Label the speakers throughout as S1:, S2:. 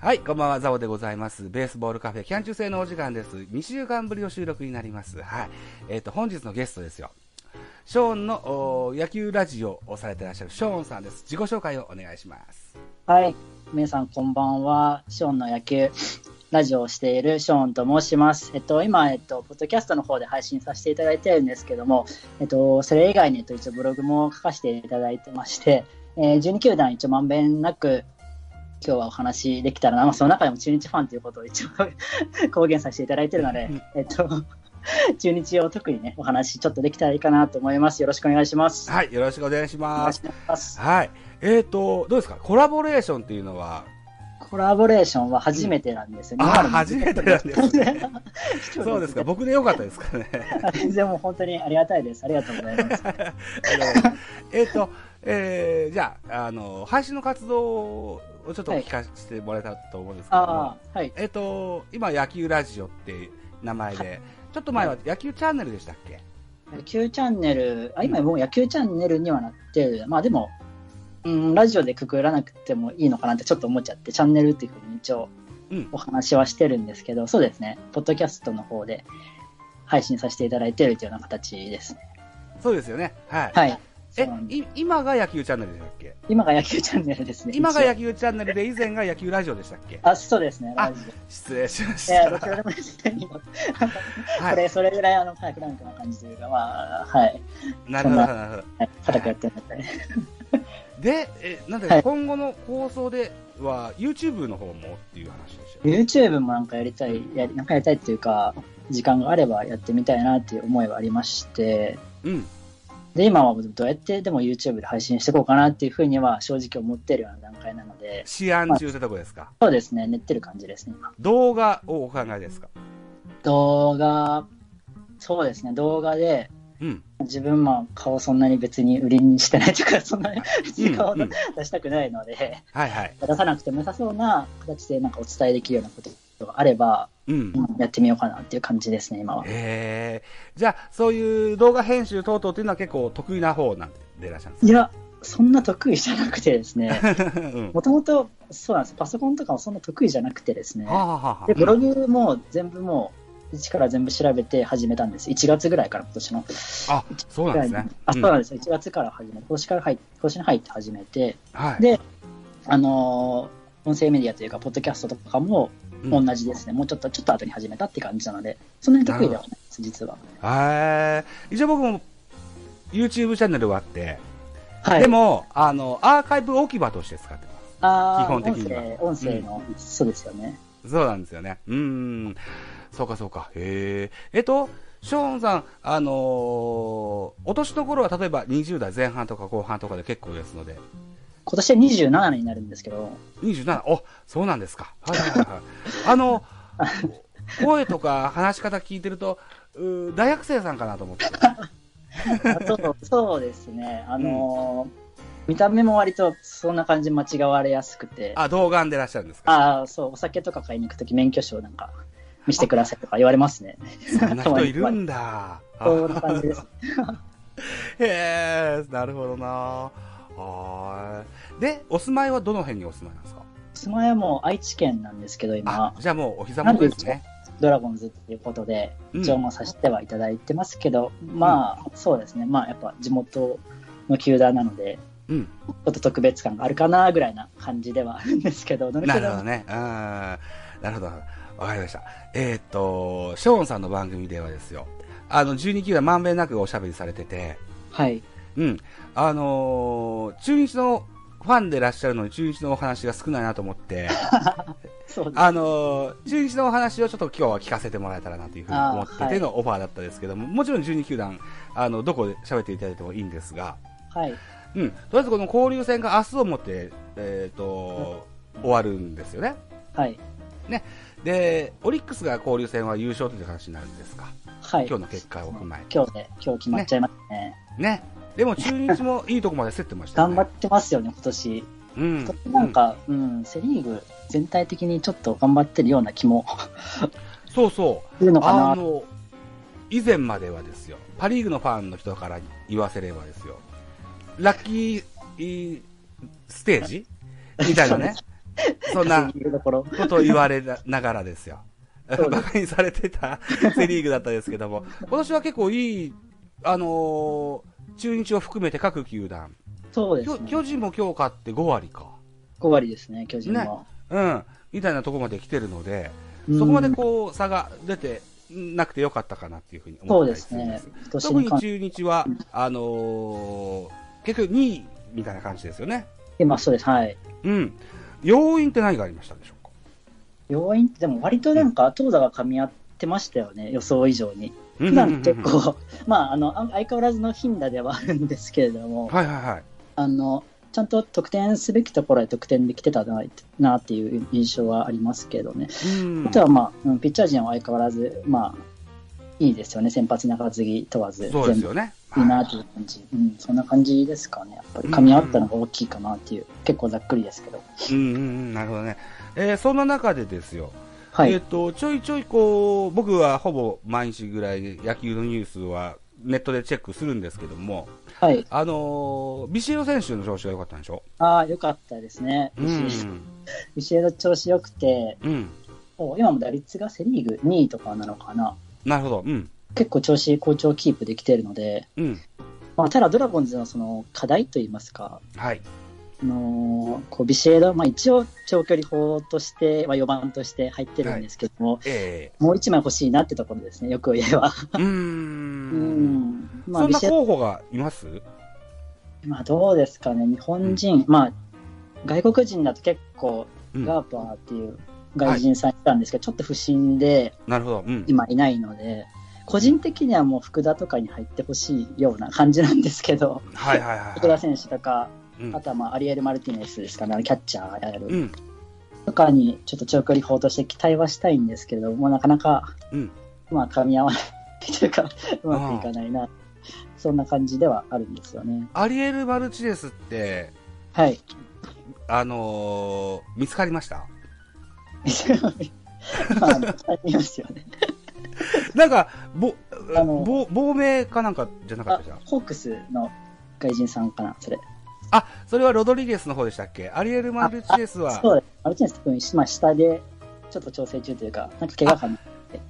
S1: はい、こんばんは、ザボでございます。ベースボールカフェ、キャン中制のお時間です。2週間ぶりの収録になります。はい。えっ、と、本日のゲストですよ。ショーンのお野球ラジオをされてらっしゃるショーンさんです。自己紹介をお願いします。
S2: はい、皆さんこんばんは。ショーンの野球ラジオをしているショーンと申します。えっと、今、えっと、ポッドキャストの方で配信させていただいてるんですけども、えっと、それ以外に、えっと、一応ブログも書かせていただいてまして、えー12球団一応まんべんなく今日はお話できたらな、まあ、その中でも中日ファンということを一応 公言させていただいてるので、えっと、 中日を特にね、お話ちょっとできたらいいかなと思います。よろしくお願いします。
S1: はい、よろしくお願いし
S2: お願
S1: ま
S2: いし
S1: す。
S2: ます。
S1: はい。えっ、と、どうですかコラボレーションっていうのは、
S2: コラボレーションは初めてなんですよね。
S1: あー、
S2: 今の
S1: 初めてなんですね。 そうですか、
S2: ね。
S1: 僕でよかったですかね。
S2: 全然もう本当にありがたいです。ありがとうございます。
S1: あのえっと、えー、じゃあ、あの、配信の活動をちょっとお聞かせてもらえたらと思うんですけども、
S2: ああ、はい。
S1: えっと、今、野球ラジオって名前で、ちょっと前は野球チャンネルでしたっけ、
S2: 野球チャンネル、あ今もう野球チャンネルにはなってる。まあでも、うん、ラジオでくくらなくてもいいのかなってちょっと思っちゃって、チャンネルっていうふうに一応
S1: うん
S2: お話はしてるんですけど、そうですね。ポッドキャストの方で配信させていただいてるというような形ですね。
S1: そうですよね。はい。
S2: はい。
S1: え
S2: そうなん、です
S1: い今が野球チャンネルでしたっけ
S2: 今が野球チャンネルですね。
S1: 今が
S2: 一応
S1: 野球チャンネルで、以前が野球ラジオでしたっけ
S2: あ、そうですね。
S1: あ
S2: ラジオ
S1: 失礼しまし
S2: いや、どち
S1: た。
S2: らでもいいですけど、
S1: は
S2: これ、それぐらい、あの、早くランクな感じというか、まあ、はい、
S1: い。なるほど、なるほど。
S2: はい固くやってるので、
S1: で、え、なんで、
S2: はい
S1: 今後の放送では、YouTube の方もっていう話でしたよね
S2: YouTube もなんかやりたい、やり、なんかやりたいっていうか、時間があればやってみたいなっていう思いはありまして、
S1: うん。
S2: で、今はどうやってでも YouTube で配信していこうかなっていうふうには正直思ってるような段階なので、
S1: 試案中ってとこですか
S2: そうですね、練ってる感じですね、今。
S1: 動画をお考えですか
S2: 動画、そうですね、動画で、
S1: うん。
S2: 自分も顔そんなに別に売りにしてないというか、 そんなに別
S1: うん
S2: に顔
S1: う
S2: 出
S1: ん
S2: したくないので、
S1: はいはい。
S2: 出さなくても良さそうな形でなんかお伝えできるようなことがあれば、
S1: うん。
S2: やってみようかなっていう感じですね、今は。
S1: へえ。じゃあ、そういう動画編集等々っていうのは結構得意な方なんでいらっしゃるんで
S2: いや、そんな得意じゃなくてですね、
S1: すかうん。
S2: もともとそうなんです、パソコンとかもそんな得意じゃなくてですね
S1: は、あ、はあはあ
S2: でブログも全部もう、一から全部調べて始めたんです。1月ぐらいから今年の。
S1: あ、そうなんですね。
S2: あ、そう
S1: うん
S2: なんです。1月から始めて、今年から入って、今年に入って始めて、
S1: はい。
S2: であのー音声メディアというか、ポッドキャストとかも同じですね。もうちょっと、ちょっと後に始めたって感じなので、そんなに得意ではないです、実は。
S1: へえ。一応僕も YouTube チャンネルはあって、
S2: はい。
S1: でも、あの、アーカイブ置き場として使ってま
S2: あー
S1: 基本的には
S2: 音声音声の、そうですよね。
S1: す。そうなんですよね。うーん。そうかそうか。へえ。えっと、ショーンさん、あのー、お年の頃は例えば20代前半とか後半とかで結構ですので、
S2: 今年で27になるんですけど、
S1: 27、おそうなんですか。はいはいはい。あの、声とか話し方聞いてると、うー大学生さんかなと思って。
S2: あとそうですね、あのー見た目も割とそんな感じ間違われやすくて、あ
S1: あ、童顔でいらっしゃるんですか。
S2: あー、そう、お酒とか買いに行くとき免許証なんか見せてくださいとか言われますね。
S1: そんな人いるんだ。
S2: そんな感じです。
S1: へえ、なるほどな。はーい。で、お住まいはどの辺にお住まいなんですか
S2: 住まいはもう愛知県なんですけど、
S1: あ
S2: 今、、
S1: じゃあもうお膝元ですね。
S2: ドラゴンズっていうことで、
S1: うん
S2: 一応もうさせてはいただいてますけど、まあ、そうですね、まあやっぱ地元の球団なので、
S1: うん。
S2: ちょっと特別感があるかなぐらいな感じではあるんですけど、どの
S1: な
S2: く
S1: るほ
S2: ら
S1: ど
S2: い
S1: ね。うん。なるほど。わかりました。えーっと、ショーンさんの番組ではですよ。あの、12球団まんべんなくおしゃべりされてて、
S2: はい。
S1: うん。あのー中日のファンでいらっしゃるのに中日のお話が少ないなと思 って、
S2: そうです。
S1: あのー中日のお話をちょっと今日は聞かせてもらえたらなというふうに思って
S2: あーはい
S1: てのオファーだったですけども、もちろん12球団、あの、どこで喋っていただいてもいいんですが、
S2: はい。
S1: うん。とりあえずこの交流戦が明日をもって、えっ、と、終わるんですよね。
S2: はい。
S1: で、オリックスが交流戦は優勝という話になるんですか。
S2: はい。
S1: 今日の結果を踏まえて。
S2: 今日で、今日決まっちゃいましたね。
S1: ね。でも中日もいいとこまで競ってましたよ
S2: 頑
S1: ね。
S2: 張ってますよね、今年。
S1: うん
S2: 今年なんか、うん、セリーグ、全体的にちょっと頑張ってるような気も
S1: そうそう。
S2: するのかな
S1: あの以前まではですよ、パ・リーグのファンの人から言わせればですよ、ラッキーステー ジみたいなね、そんな
S2: というところ。
S1: ことを言われながらですよ。
S2: そうで
S1: バ
S2: す
S1: カにされてた セ・リーグだったですけども、今年は結構いい、あのー中日を含めて各球団、
S2: そうで
S1: 巨
S2: すね。
S1: 巨人も今日勝って5割か、
S2: 5割ですね、巨人は。
S1: うん、みたいなところまで来てるので、
S2: うん
S1: そこまでこう差が出てなくてよかったかなっていうふうに
S2: そ
S1: 思っ
S2: う
S1: た
S2: で
S1: り
S2: す
S1: するんで
S2: ね
S1: す。。
S2: 今年
S1: 特
S2: に
S1: に
S2: 関し
S1: 中日は、あのー結局2位みたいな感じですよね。
S2: て、まあそうです。はい。
S1: うん。要因って何がありましたでしょうか
S2: 要因って、でも割となんか投打が噛み合ってましたよね、予想以上に。普段結
S1: うんうんうん
S2: 構、 まあ、あの、あ相変わらずの頻打ではあるんですけれど
S1: う
S2: も、
S1: ん。はいはいはい。
S2: あの、ちゃんと得点すべきところで得点できてたななっていう印象はありますけどね。
S1: うん
S2: あとはまあ、うんピッチャー陣は相変わらず、まあ、いいですよね。先発中継ぎ問わず、
S1: そうです
S2: 全
S1: よね。
S2: 部いい
S1: は
S2: ないという感じ。うん、そんな感じですかね。やっぱり噛み合ったのが大きいかなっていう、結構ざっくりですけど。
S1: うんうんうん、なるほどね。えーそんな中でですよ、
S2: はい。
S1: えっ、と、ちょいちょいこう、僕はほぼ毎日ぐらい野球のニュースはネットでチェックするんですけども、
S2: はい。
S1: あのービシエド選手の調子が良かったんでしょ
S2: ああ、よかったですね。
S1: う
S2: ビシ
S1: ん。
S2: エド調子良くて、
S1: うん。
S2: お今も打率がセ・リーグ2位とかなのかな。
S1: なるほど。うん。
S2: 結構調子好調キープできてるので、
S1: うん。
S2: まあ、ただドラゴンズのその課題といいますか、
S1: はい。
S2: あのーこうビシエド、まあ、一応長距離砲として、まあ、4番として入ってるんですけども、
S1: え
S2: もう1枚欲しいなってところですね、よく言えば。
S1: ー、うー。
S2: うんん。まあ、
S1: そん
S2: ビ
S1: な
S2: シエド、
S1: 候補がいます
S2: まあ、どうですかね、日本人、まあ、外国人だと結構、
S1: うん
S2: ガーパーっていう外人さんいたんですけど、ちょっと不審で、
S1: なるほど。うん。
S2: 今いないので、個人的にはもう福田とかに入ってほしいような感じなんですけど、
S1: はいはいはい
S2: 福田
S1: は
S2: 選手とか、
S1: い。うん
S2: あとはまあアリエル・マルティネスですかね、キャッチャーや
S1: う
S2: る
S1: ん。
S2: とかに、ちょっと長距離砲として期待はしたいんですけど、もうなかなか、
S1: うん
S2: まあ、噛み合わないというか、うまくいかないな、そんな感じではあるんですよね。
S1: アリエル・マルチネスって、
S2: はい。
S1: あのー見つかりました
S2: まあ、ありますよね。
S1: なんか、ぼ、
S2: あの
S1: ぼ、亡命かなんかじゃなかっ
S2: あ
S1: たじゃん。、
S2: ホークスの外人さんかな、それ。
S1: あ、それはロドリゲスの方でしたっけアリエル・マルチネスは
S2: そうです。マルティネス君、まあ、下で、ちょっと調整中というか、なんか怪我かも。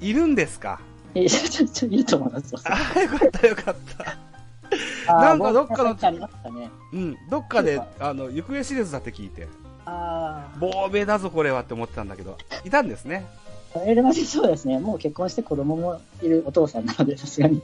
S1: いるんですか
S2: え、ちょ、ちょ、いいと思います。
S1: あ、よかったよかった。
S2: あ
S1: な
S2: ー
S1: んかどっかの
S2: ボールがありましたね。
S1: うん。どっかで、あの、行方シリーズだって聞いて、
S2: ああ。
S1: 亡命だぞこれはって思ってたんだけど、いたんですね。
S2: エルマジそうですね。もう結婚して子供もいるお父さんなので、さすがに。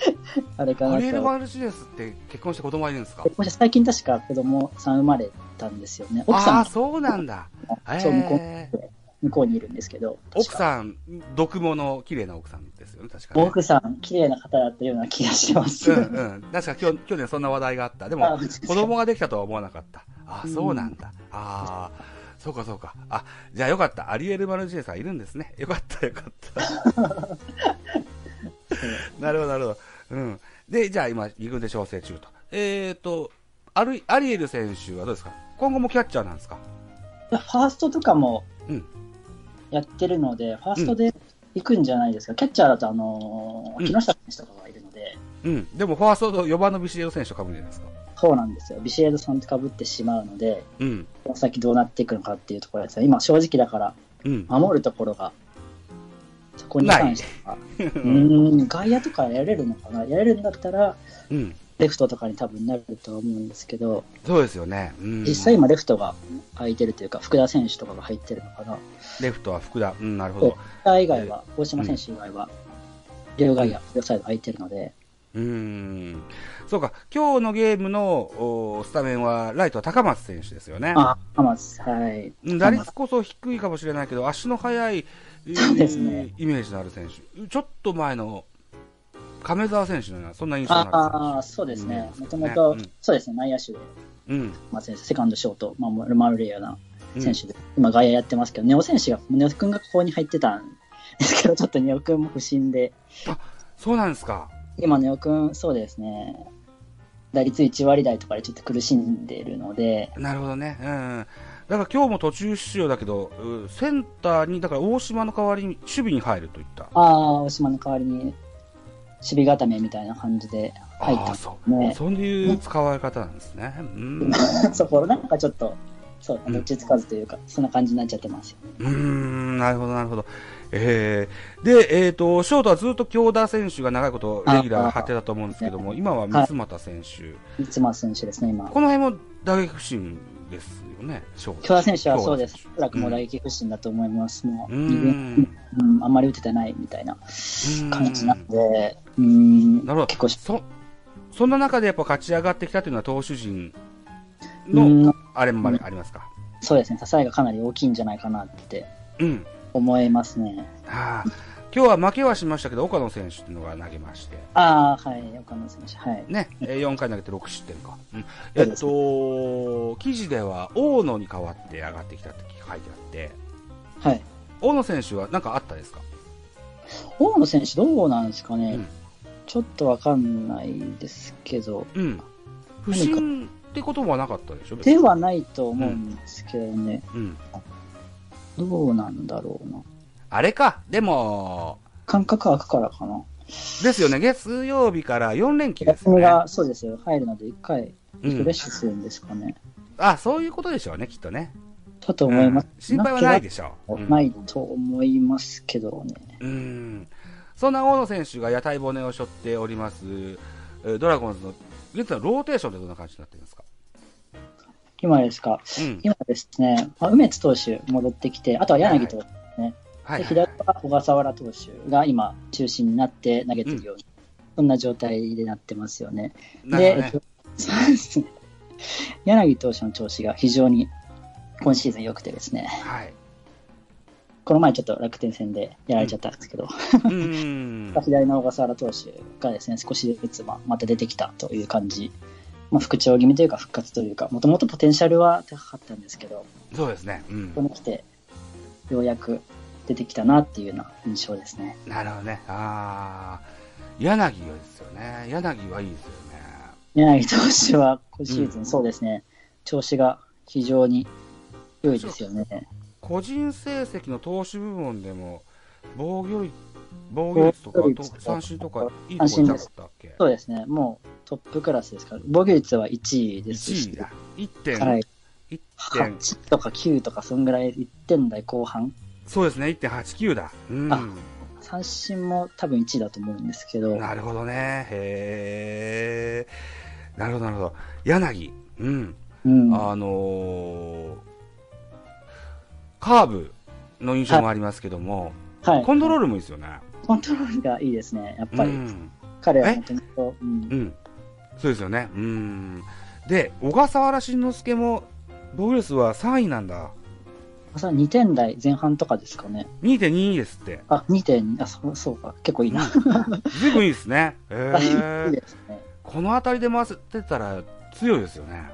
S2: あれか
S1: ア
S2: な
S1: リエル・
S2: と。
S1: マルチネスって結婚して子供がいるんですか
S2: 結婚して最近確か子供さん生まれたんですよね。奥
S1: あ
S2: さ
S1: あ、
S2: ん
S1: そうなんだ。
S2: もそう向こう
S1: えー、
S2: 向こうにいるんですけど。
S1: 奥
S2: ん
S1: さん、毒物、綺麗な奥さんですよね、確かね。
S2: 奥さん、綺麗な方だったような気がします。
S1: うんうん。確か去去年そんな話題があった。で
S2: あ
S1: も、
S2: ーそうです
S1: 子供ができたとは思わなかった。ああ、
S2: うん
S1: そうなんだ。ああ、そうかそうか。あ、じゃあよかった。アリエル・マルチネスさんいるんですね。 よかったよかった。 なるほどなるほど。うん。で、じゃあ今、二軍で調整中と。えっ、ー、と、アルアリエル選手はどうですか今後もキャッチャーなんですか
S2: ファーストとかも
S1: うん
S2: やってるので、ファーストで行くんじゃないですか。キャッチャーだと、あのー
S1: うん
S2: 木下選手とかがいるので、
S1: うん。でも、ファーストと4番のビシエド選手をかぶるじゃないですか。
S2: そうなんですよ。ビシエドさんとかぶってしまうので、
S1: うん。
S2: この先どうなっていくのかっていうところですね。今、正直だから、
S1: うん。
S2: 守るところが、そこに関しては、うーん、外野とかやれるのかな、やれるんだったら、
S1: うん。
S2: レフトとかに多分なるとは思うんですけど、
S1: そうですよね。うん、
S2: 実際今、レフトが空いてるというか、福田選手とかが入ってるのかな、
S1: レフトは福田。うん、なるほど。
S2: 福田以外は、大島選手以外は、両外野、両サイド空いてるので、
S1: うーん。そうか、今日のゲームのおースタメンは、ライトは高松選手ですよね。
S2: あ、浜松、はい。
S1: うん打率こそ低いかもしれないけど、足の速い、えー
S2: そうですね
S1: イメージのある選手。ちょっと前の、亀澤選手のような、そんな印象のあ
S2: ああ、そうですね。
S1: うん
S2: もともと
S1: うん、
S2: そうですね、内野手で、
S1: る選手。
S2: まあ、先生セカンドショート、まあ、ルマルレイヤな
S1: うん。
S2: 選手で、今、外野やってますけど、ネオ選手が、ネオ君がここに入ってたんですけど、ちょっとネオ君も不審で、
S1: そうなんですか。
S2: 今、ネオ君、そうですね、打率1割台とかでちょっと苦しんでいるので、
S1: なるほどね。うん。だから今日も途中出場だけど、うセンターに、だから大島の代わりに守備に入るといった。
S2: ああ、大島の代わりに、守備固めみたいな感じで入っ
S1: あ
S2: た
S1: あ、そう。
S2: ね。
S1: そういう使われ方なんです ね。うん。
S2: そこなんかちょっと、そう、
S1: うん
S2: どっちつかずというか、そんな感じになっちゃってますよ。
S1: うーん、なるほど、なるほど。えー、で、えっ、と、ショートはずっと京田選手が長いことレギュラー張ってたと思うんですけども、今は三俣選手、
S2: 三ツ選手ですね、今。
S1: この辺も打撃不振ですよね、ショート。
S2: 京田選手はそうです。
S1: 京
S2: おそ
S1: 田選
S2: らく
S1: 手
S2: もう打撃不振だと思います。もう、
S1: うん
S2: 二軍うん、あんまり打ててないみたいな
S1: うん
S2: 感じなんで、うん、
S1: なるほど
S2: 結構し、
S1: そ、そんな中でやっぱ勝ち上がってきたというのは投手陣
S2: う
S1: の
S2: ん、
S1: あれもありありますか。
S2: そうですね、支えがかなり大きいんじゃないかなって
S1: うん。
S2: 思いますね。
S1: はあ、今日は負けはしましたけど、岡野選手っていうのが投げまして。
S2: ああ、はい、岡野選手、はい。
S1: ね、えー4回投げて6失点か。うん、え
S2: そう
S1: っ
S2: です
S1: と、記事では大野に代わって上がってきたって書いてあって、
S2: はい。
S1: 大野選手は何かあったですか
S2: 大野選手、どうなんですかね、
S1: うん
S2: ちょっとわかんないですけど、
S1: うん。不審ってことはなかったでしょ
S2: で、はないと思うんですけどね、
S1: 別にうん。
S2: どうなんだろうな。
S1: あれか、でも、
S2: 感覚空くからかな。
S1: ですよね、月曜日から4連休です
S2: 休
S1: よ
S2: み
S1: ね。
S2: が、そうですよ、入るので一回
S1: う
S2: リフレッ
S1: ん、
S2: シュするんですかね。
S1: あ、そういうことでしょうね、きっとね。
S2: だと思います
S1: うん。心配はない
S2: で
S1: でしょう。うん
S2: ないと思いますけどね。
S1: うんそんな大野選手が屋台骨を背負っております、えードラゴンズの現在のローテーションってどんな感じになってるんですか、
S2: 今ですか。
S1: うん
S2: 今ですね、まあ、梅津投手戻ってきて、あとは柳投手、
S1: はい
S2: で左は小笠原投手が今中心になって投げてるような、そんな状態でなってますよね。
S1: な
S2: で、
S1: るほどね
S2: えっと そうですね。柳投手の調子が非常に今シーズン良くてですね、
S1: はい。
S2: この前ちょっと楽天戦でやられちゃったんですけど、
S1: うーん。
S2: 左の小笠原投手がですね、少しずつまあまた出てきたという感じ、まあ、復調気味というか復活というか、もともとポテンシャルは高かったんですけど、
S1: そうですね。う
S2: ここ
S1: ん。
S2: に来て、ようやく出てきたなっていうような印象ですね。
S1: なるほどね。ああ。柳はですよね。柳はいいですよね。
S2: 柳投手は今シーズ
S1: うん
S2: ン、そうですね、調子が非常に良いですよね。
S1: 個人成績の投手部門でも、防御率、防御率とか
S2: 防御、
S1: と
S2: 率
S1: 三振とか、いいとこじゃなかったっけ
S2: そうですね、もうトップクラスですから、防御率は1位ですし、
S1: ?1 位だ。1点、
S2: はい、
S1: 一点、
S2: 8とか9とか、そんぐらい1点台後半、
S1: そうですね、1.89だ。うん。
S2: あ三振も多分1位だと思うんですけど、
S1: なるほどね。へえ。なるほど、なるほど。柳。うん。
S2: うん、
S1: あのーカーブの印象もありますけども、
S2: はい、
S1: コントロー
S2: ル
S1: ルもいいですよね。
S2: コントロールがいいですね、やっ
S1: う
S2: ぱり、
S1: ん。
S2: 彼は
S1: え
S2: 本当にこう、うん
S1: うん。そうですよね。うん。で、小笠原慎之介も、防御率は3位なんだ。
S2: まさに2点台前半とかですかね、
S1: 2.22ですって。
S2: あ2点、あそそうか、結構いいな、
S1: 随分いいですね。へ
S2: いい
S1: え。
S2: ですね、
S1: この辺りで回せてたら強いですよね。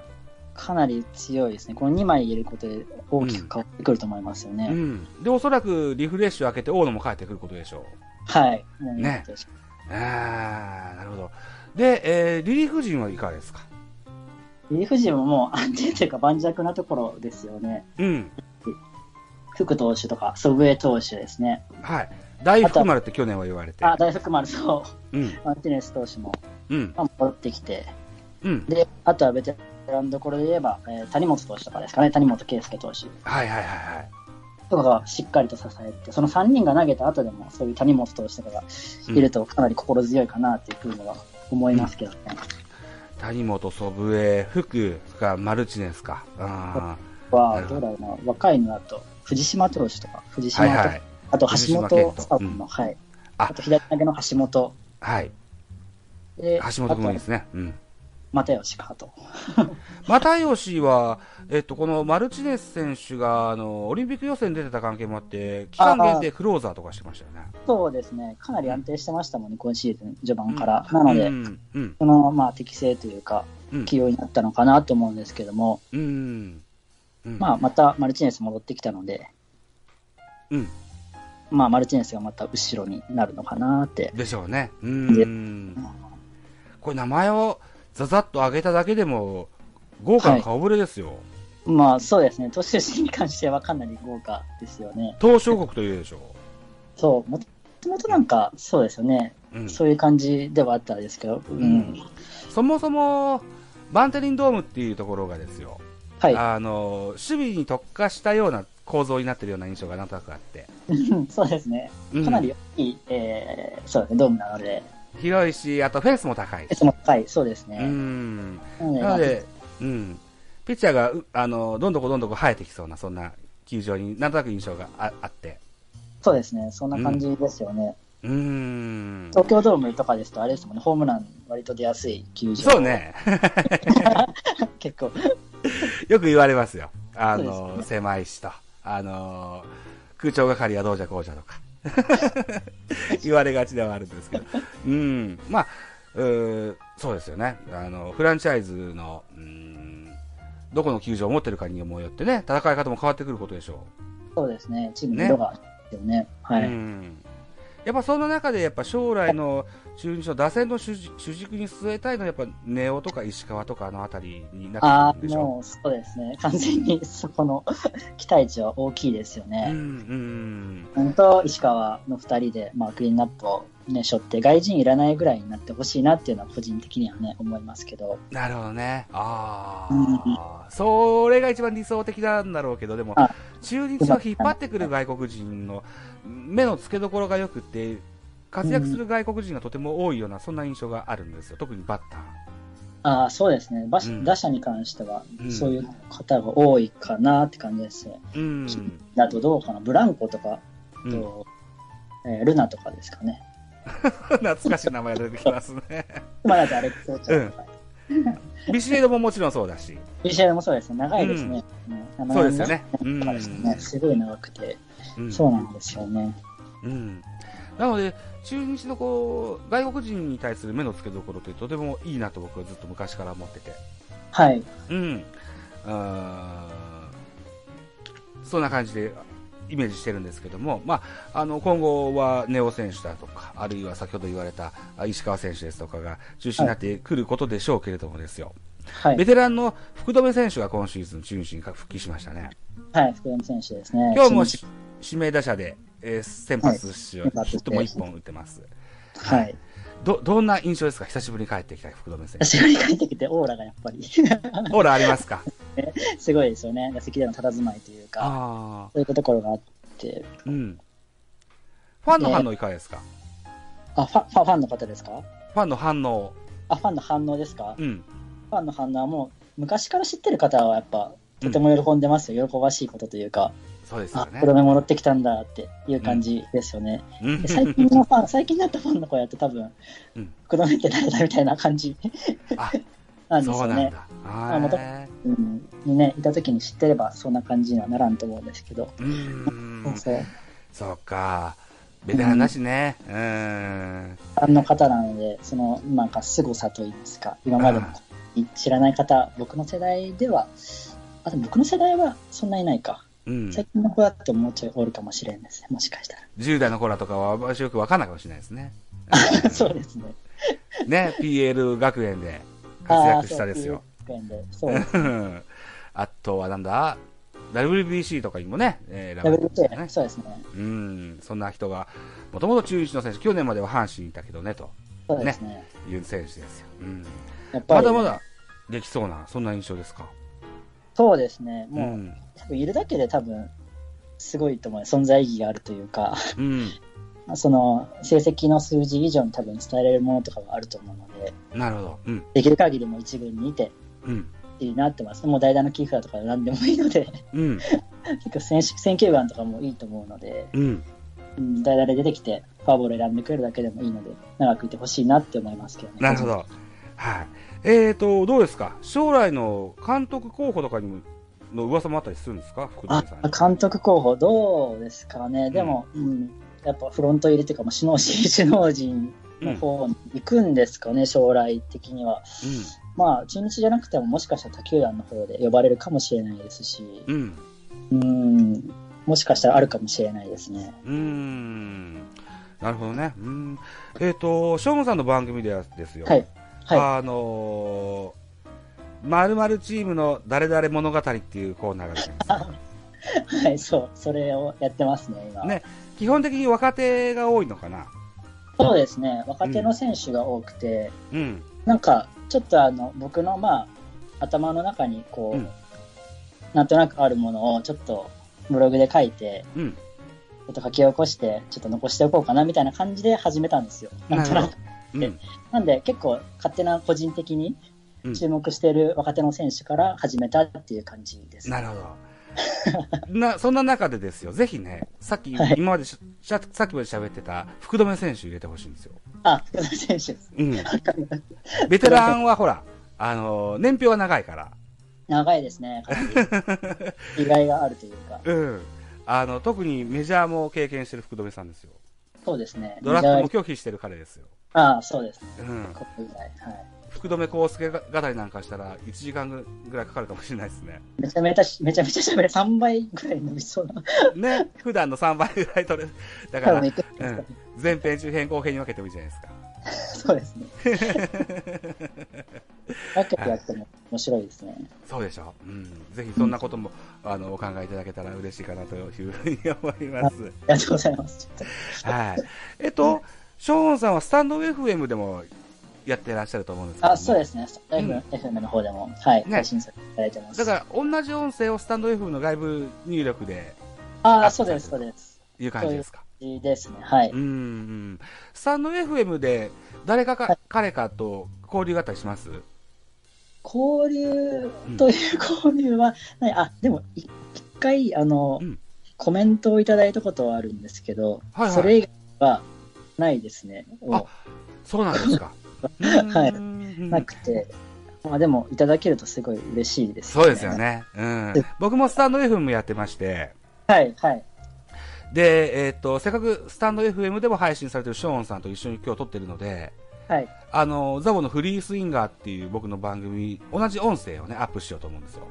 S2: かなり強いですね、この2枚入れることで大きく変わってくると思いますよね。
S1: うん。で、おそらくリフレッシュを開けて大野も帰ってくることでしょう。
S2: はい、もう
S1: ねあーなるほど。で、えー、リリーフ陣はいかがですか
S2: リリーフ陣ももう安定というか盤石なところですよね。
S1: うん。
S2: 福投手とか、祖父江投手ですね。
S1: はい。大福丸って去年は言われて。
S2: あ、大福丸、そ
S1: うん
S2: う。。マルティネス投手も
S1: うん。
S2: まあ戻ってきて。
S1: うん。
S2: で、あとはベテランどころで言えば、えー谷本投手とかですかね。谷本圭介投手
S1: はいはいはいはい。
S2: とかがしっかりと支えて、その3人が投げた後でも、そういう谷本投手とかがいるとかなり心強いかなっていうふうには思いますけどね。
S1: 谷本、祖父江、福か、マルチネスか。あ
S2: は、どうだろうな、若いのだと、藤島投手とか、藤
S1: あ。は
S2: 島
S1: い
S2: とか、
S1: はい。
S2: あと
S1: 藤
S2: 橋
S1: 島
S2: 本
S1: 健人
S2: サーブの、
S1: うん
S2: はい。
S1: あ
S2: あと左投げの橋本。
S1: はい。
S2: で
S1: 橋本君もいいで
S2: あ
S1: すね。うん。
S2: と又吉かと。
S1: 又吉は、えっと、このマルチネス選手が、あの、オリンピック予選出てた関係もあって、期間限定クローザーとかしてましたよね。
S2: そうですね、かなり安定してましたもんね、今シーズン序盤から。なので、
S1: うん。うん。
S2: そのまあ適正というか、
S1: うん
S2: 起用になったのかなと思うんですけども、
S1: うん。うん
S2: まあ、またマルチネス戻ってきたので、
S1: うん。
S2: まあ、マルチネスがまた後ろになるのかなって。
S1: でしょうね。うーん。これ名前をざざっと挙げただけでも、豪華な顔ぶれですよ。
S2: まあそうですね、投手陣に関してはかなり豪華ですよね。
S1: 東証国というでしょ
S2: そう、もともとなんかそうですよね、
S1: う。うん、
S2: そういう感じではあったんですけど、うん。
S1: そもそも、バンテリンドームっていうところがですよ、
S2: はい、
S1: あの、守備に特化したような構造になってるような印象がなんとなくあって。
S2: そうですね、
S1: うん
S2: かなり大きい、えーそうですね、ドームなので、
S1: 広いし、あとフェンスも高い
S2: い。つも高い、そうです
S1: う
S2: ね。
S1: ん。
S2: な
S1: な
S2: の
S1: の
S2: で、
S1: で、うん。ピッチャーが、うあの、どんどこどんどこ生えてきそうな、そんな球場になんとなく印象がああって。
S2: そうですね、そんな感じですよね。
S1: うーん。
S2: 東京ドームとかですと、あれですもんね、ホームラン割と出やすい球場。
S1: そう。ね。
S2: 結構。
S1: よく言われますよ。あ
S2: そう
S1: の、
S2: です
S1: 狭いしと。あの、空調係はどうじゃこうじゃとか。 言われがちではあるんですけど。うん。まあ、うーそうですよね。あの、フランチャイズの、うん、どこの球場を持ってるかにもよってね、戦い方も変わってくることでしょ
S2: そうですね、チームの色が、ですよね。
S1: う。
S2: はい。
S1: うん。やっぱその中で、やっぱ将来の中日の打線の主軸主軸に据えたいのは、やっぱネオとか石川とかあの辺りになっ
S2: あ
S1: てくるん
S2: あ、
S1: でしょ
S2: もうそうですね、完全にそこの 期待値は大きいですよ
S1: うん
S2: ね。
S1: うん
S2: 本当、石川の2人で、まあ、クリーンナップを、ね、背負って、外人いらないぐらいになってほしいなっていうのは、個人的にはね、思いますけど、
S1: なるほどね。ああ、それが一番理想的なんだろうけど、でも
S2: あ、
S1: 中日を引っ張ってくる外国人の目の付けどころが良くて、活躍する外国人がとても多いような、そんな印象があるんですよ。特にバッター。
S2: ああ、そうですね、バ
S1: うん
S2: 打者に関しては
S1: う、ん
S2: そういう方が多いかなって感じですね。
S1: うん。
S2: あと、どうかな、ブランコとか、
S1: うん
S2: とえールナとかですかね。
S1: 懐かしい名前が出てきます ね。
S2: まあ、だとア レックス・ウォーチャーとか、
S1: ビシエドももちろんそうだし。
S2: BCL もそうですね、長いですね。うん
S1: そうですよ。ね。うん
S2: 名前もねそうですねすごい長くて、
S1: うん
S2: そうなんですよね。
S1: うん、なので、中日のこう外国人に対する目の付けどころってとてもいいなと僕はずっと昔から思ってて、
S2: はい。
S1: うん、あーそんな感じでイメージしてるんですけども、まあ、あの今後は根尾選手だとか、あるいは先ほど言われたあ石川選手ですとかが中心になってくることでしょうけれどもですよ、
S2: はい
S1: ベ。テランの福留選手が今シーズン、中日に復帰しましたね。
S2: はい、福留選手ですね。
S1: 今日も
S2: し
S1: し指名打者で、えー先発出場、
S2: はい
S1: ヒットも1本打ってます。
S2: はい。
S1: ど、どんな印象ですか久しぶりに帰ってきた福留選 手。
S2: 私が帰ってきて、オーラがやっぱり、
S1: オーラありますか
S2: すごいですよね。打席での佇まいというか、
S1: ああ、
S2: そういうところがあって、
S1: うん。ファンの反応いかがですか、
S2: あ、ファファファンの方ですか
S1: ファンの反応。
S2: あ、ファンの反応ですか、
S1: うん。
S2: ファンの反応はもう、昔から知ってる方はやっぱ、とても喜んでますよ。喜ばしいことというか、
S1: そうですよ
S2: あ、
S1: ね
S2: プ。ロメ戻ってきたんだっていう感じですよね。
S1: う
S2: で
S1: ん
S2: 最近のファン、 最近になったファンの子やって多分
S1: うん、
S2: 福留って誰だみたいな 感じ
S1: あ、
S2: なんです
S1: そうな
S2: よ
S1: ん
S2: ね。
S1: だ。
S2: あまた
S1: は
S2: うん。にね、いた時に知ってればそんな感じにはならんと思うんですけど。
S1: い。うー。
S2: そうんそう。
S1: そうか。ベテランだしね。うーん。
S2: あの方なので、その、なんか凄さといいますか、今までの知らない方、僕の世代では、あ、でも僕の世代はそんなにないか。
S1: うん。
S2: 最近の子だともうちょいおるかもしれんですね、もしかした
S1: 10代の子らとかは、私よくわかんないかもしれないですね。
S2: ら。 そうですね。
S1: ね、PL 学園で活躍したですよ。
S2: あー。そうそういう学園で
S1: うんあとはなんだ WBC とかにもね、えー、選ばれてましたね
S2: そう。WTA、。そうですね。
S1: うん、そんな人が、もともと中日の選手、去年までは阪神にいたけどね、と
S2: そうですね。
S1: いう選手ですよ。うん、
S2: やっぱ
S1: ま
S2: り、
S1: だまだできそうな、そんな印象ですか。
S2: そうですね。
S1: う
S2: もう、
S1: ん、
S2: 多分いるだけで多分、すごいと思う。存在意義があるというか、
S1: うん、
S2: その、成績の数字以上に多分伝えられるものとかがあると思うので、
S1: なるほど。うん、
S2: できる限りもう一軍にいて、
S1: うん、
S2: いいなってます。もう代打の寄付だとか何でもいいので、
S1: うん、
S2: 結構選手選球眼とかもいいと思うので、
S1: うん。
S2: うん、代打で出てきて、フォアボール選んでくれるだけでもいいので、長くいてほしいなって思いますけどね。
S1: なるほ。ど。はい。えーと、どうですか将来の監督候補とかにも、の噂もあったりするんですか福
S2: あ
S1: 留さんに。、
S2: 監督候補どうですかね。でも、うん、やっぱフロント入りというか、もう首脳陣、首脳陣
S1: うん、う
S2: の
S1: ん、
S2: 方に行くんですかね、将来的には。まあ、中日じゃなくても、もしかしたら他球団の方で呼ばれるかもしれないですし、
S1: うん。
S2: うん、もしかしたらあるかもしれないですね。
S1: うーんなるほどね。うーんえっ、と、しょうもさんの番組ではですよ。
S2: はい。はい。
S1: あのーまるチームの誰々物語っていうコーナーがあるじゃないですか。
S2: はい、そう、それをやってますね、今。
S1: ね基本的に若手が多いのかな。
S2: そうですね、若手の選手が多くて、
S1: うん。
S2: なんか、ちょっとあの、僕の、まあ、頭の中に、こう、
S1: うん
S2: なんとなくあるものを、ちょっと、ブログで書いて、
S1: うん。
S2: ちょっと書き起こして、ちょっと残しておこうかな、みたいな感じで始めたんですよ。なんとなく。
S1: うん。
S2: なんで、結構、勝手な個人的に
S1: うん
S2: 注目している若手の選手から始めたっていう感じです。
S1: なるほど。 な、そんな中でですよ、ぜひね、さっき、
S2: はい
S1: 今までししゃ、さっきまで喋ってた福留選手入れてほしいんですよ。
S2: あ、福田選手です。
S1: うん。ベテランはほら、あのー年表が長いから。
S2: 長いですね、 意外があるというか。
S1: うん。あの、特にメジャーも経験してる福留さんですよ。
S2: そうですね。
S1: ドラフトも
S2: メジャー
S1: 拒否してる彼ですよ。
S2: ああ、そうですね。
S1: うん。
S2: 国外はい。
S1: 福留康介語りなんかしたら1時間ぐらいかかるかもしれないです ね。
S2: めちゃめちゃし、めちゃめちゃ喋れ、3倍ぐらい伸びそうな。
S1: ね。普段の3倍ぐらい取れる。だか
S2: 多
S1: ら
S2: 分、いけるんですかね
S1: 前編中編後編に分けてもいいじゃないですか。
S2: そうです ね。分けてやっても面白いですね。
S1: そうでしょう。ん。ぜひそんなことも、あの、お考えいただけたら嬉しいかなというふうに思い ます。
S2: ありがとうございます。ちょっ
S1: はい。えっと、ショーンさんはスタンド FM でもやってらっしゃると思うんですけ
S2: と
S1: ど、
S2: あ、そうですね。スタイフ FM の方でも、は
S1: ね
S2: い、配信させていただいてます。
S1: だから、同じ音声をスタンド FM の外部入力で、
S2: ああ、そうです、そうです。
S1: いう感じですか。。
S2: いいですね。はいう
S1: んうん。スタンド FM で、誰か
S2: は
S1: か
S2: い、
S1: 彼かと交流があったりします
S2: 交流という交流は、ないあ、でも、い一回、あの、
S1: うん
S2: コメントをいただいたことはあるんですけど、
S1: はいはい
S2: それ以外はないですね。
S1: あそうなんですか。
S2: はい
S1: い
S2: なくて、まあでも、いただけるとすごい嬉しいです、
S1: そうですよ。ね。うん
S2: うん。
S1: 僕もスタンド FM やってまして、
S2: はい、はい。
S1: で、えっ、と、せっかくスタンド FM でも配信されてるショーンさんと一緒に今日撮ってるので、
S2: はい。
S1: あの、ザボのフリースインガーっていう僕の番組、同じ音声をね、アップしようと思うんですよ。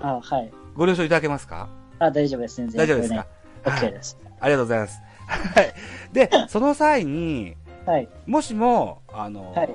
S2: あ、はい。
S1: ご了承いただけますか
S2: あ、大丈夫です。全然。
S1: 大丈夫ですか、
S2: これね
S1: はい
S2: OK です。
S1: ありがとうご ざいます。はい。で、その際に、
S2: はい。
S1: もしも、あの、
S2: はい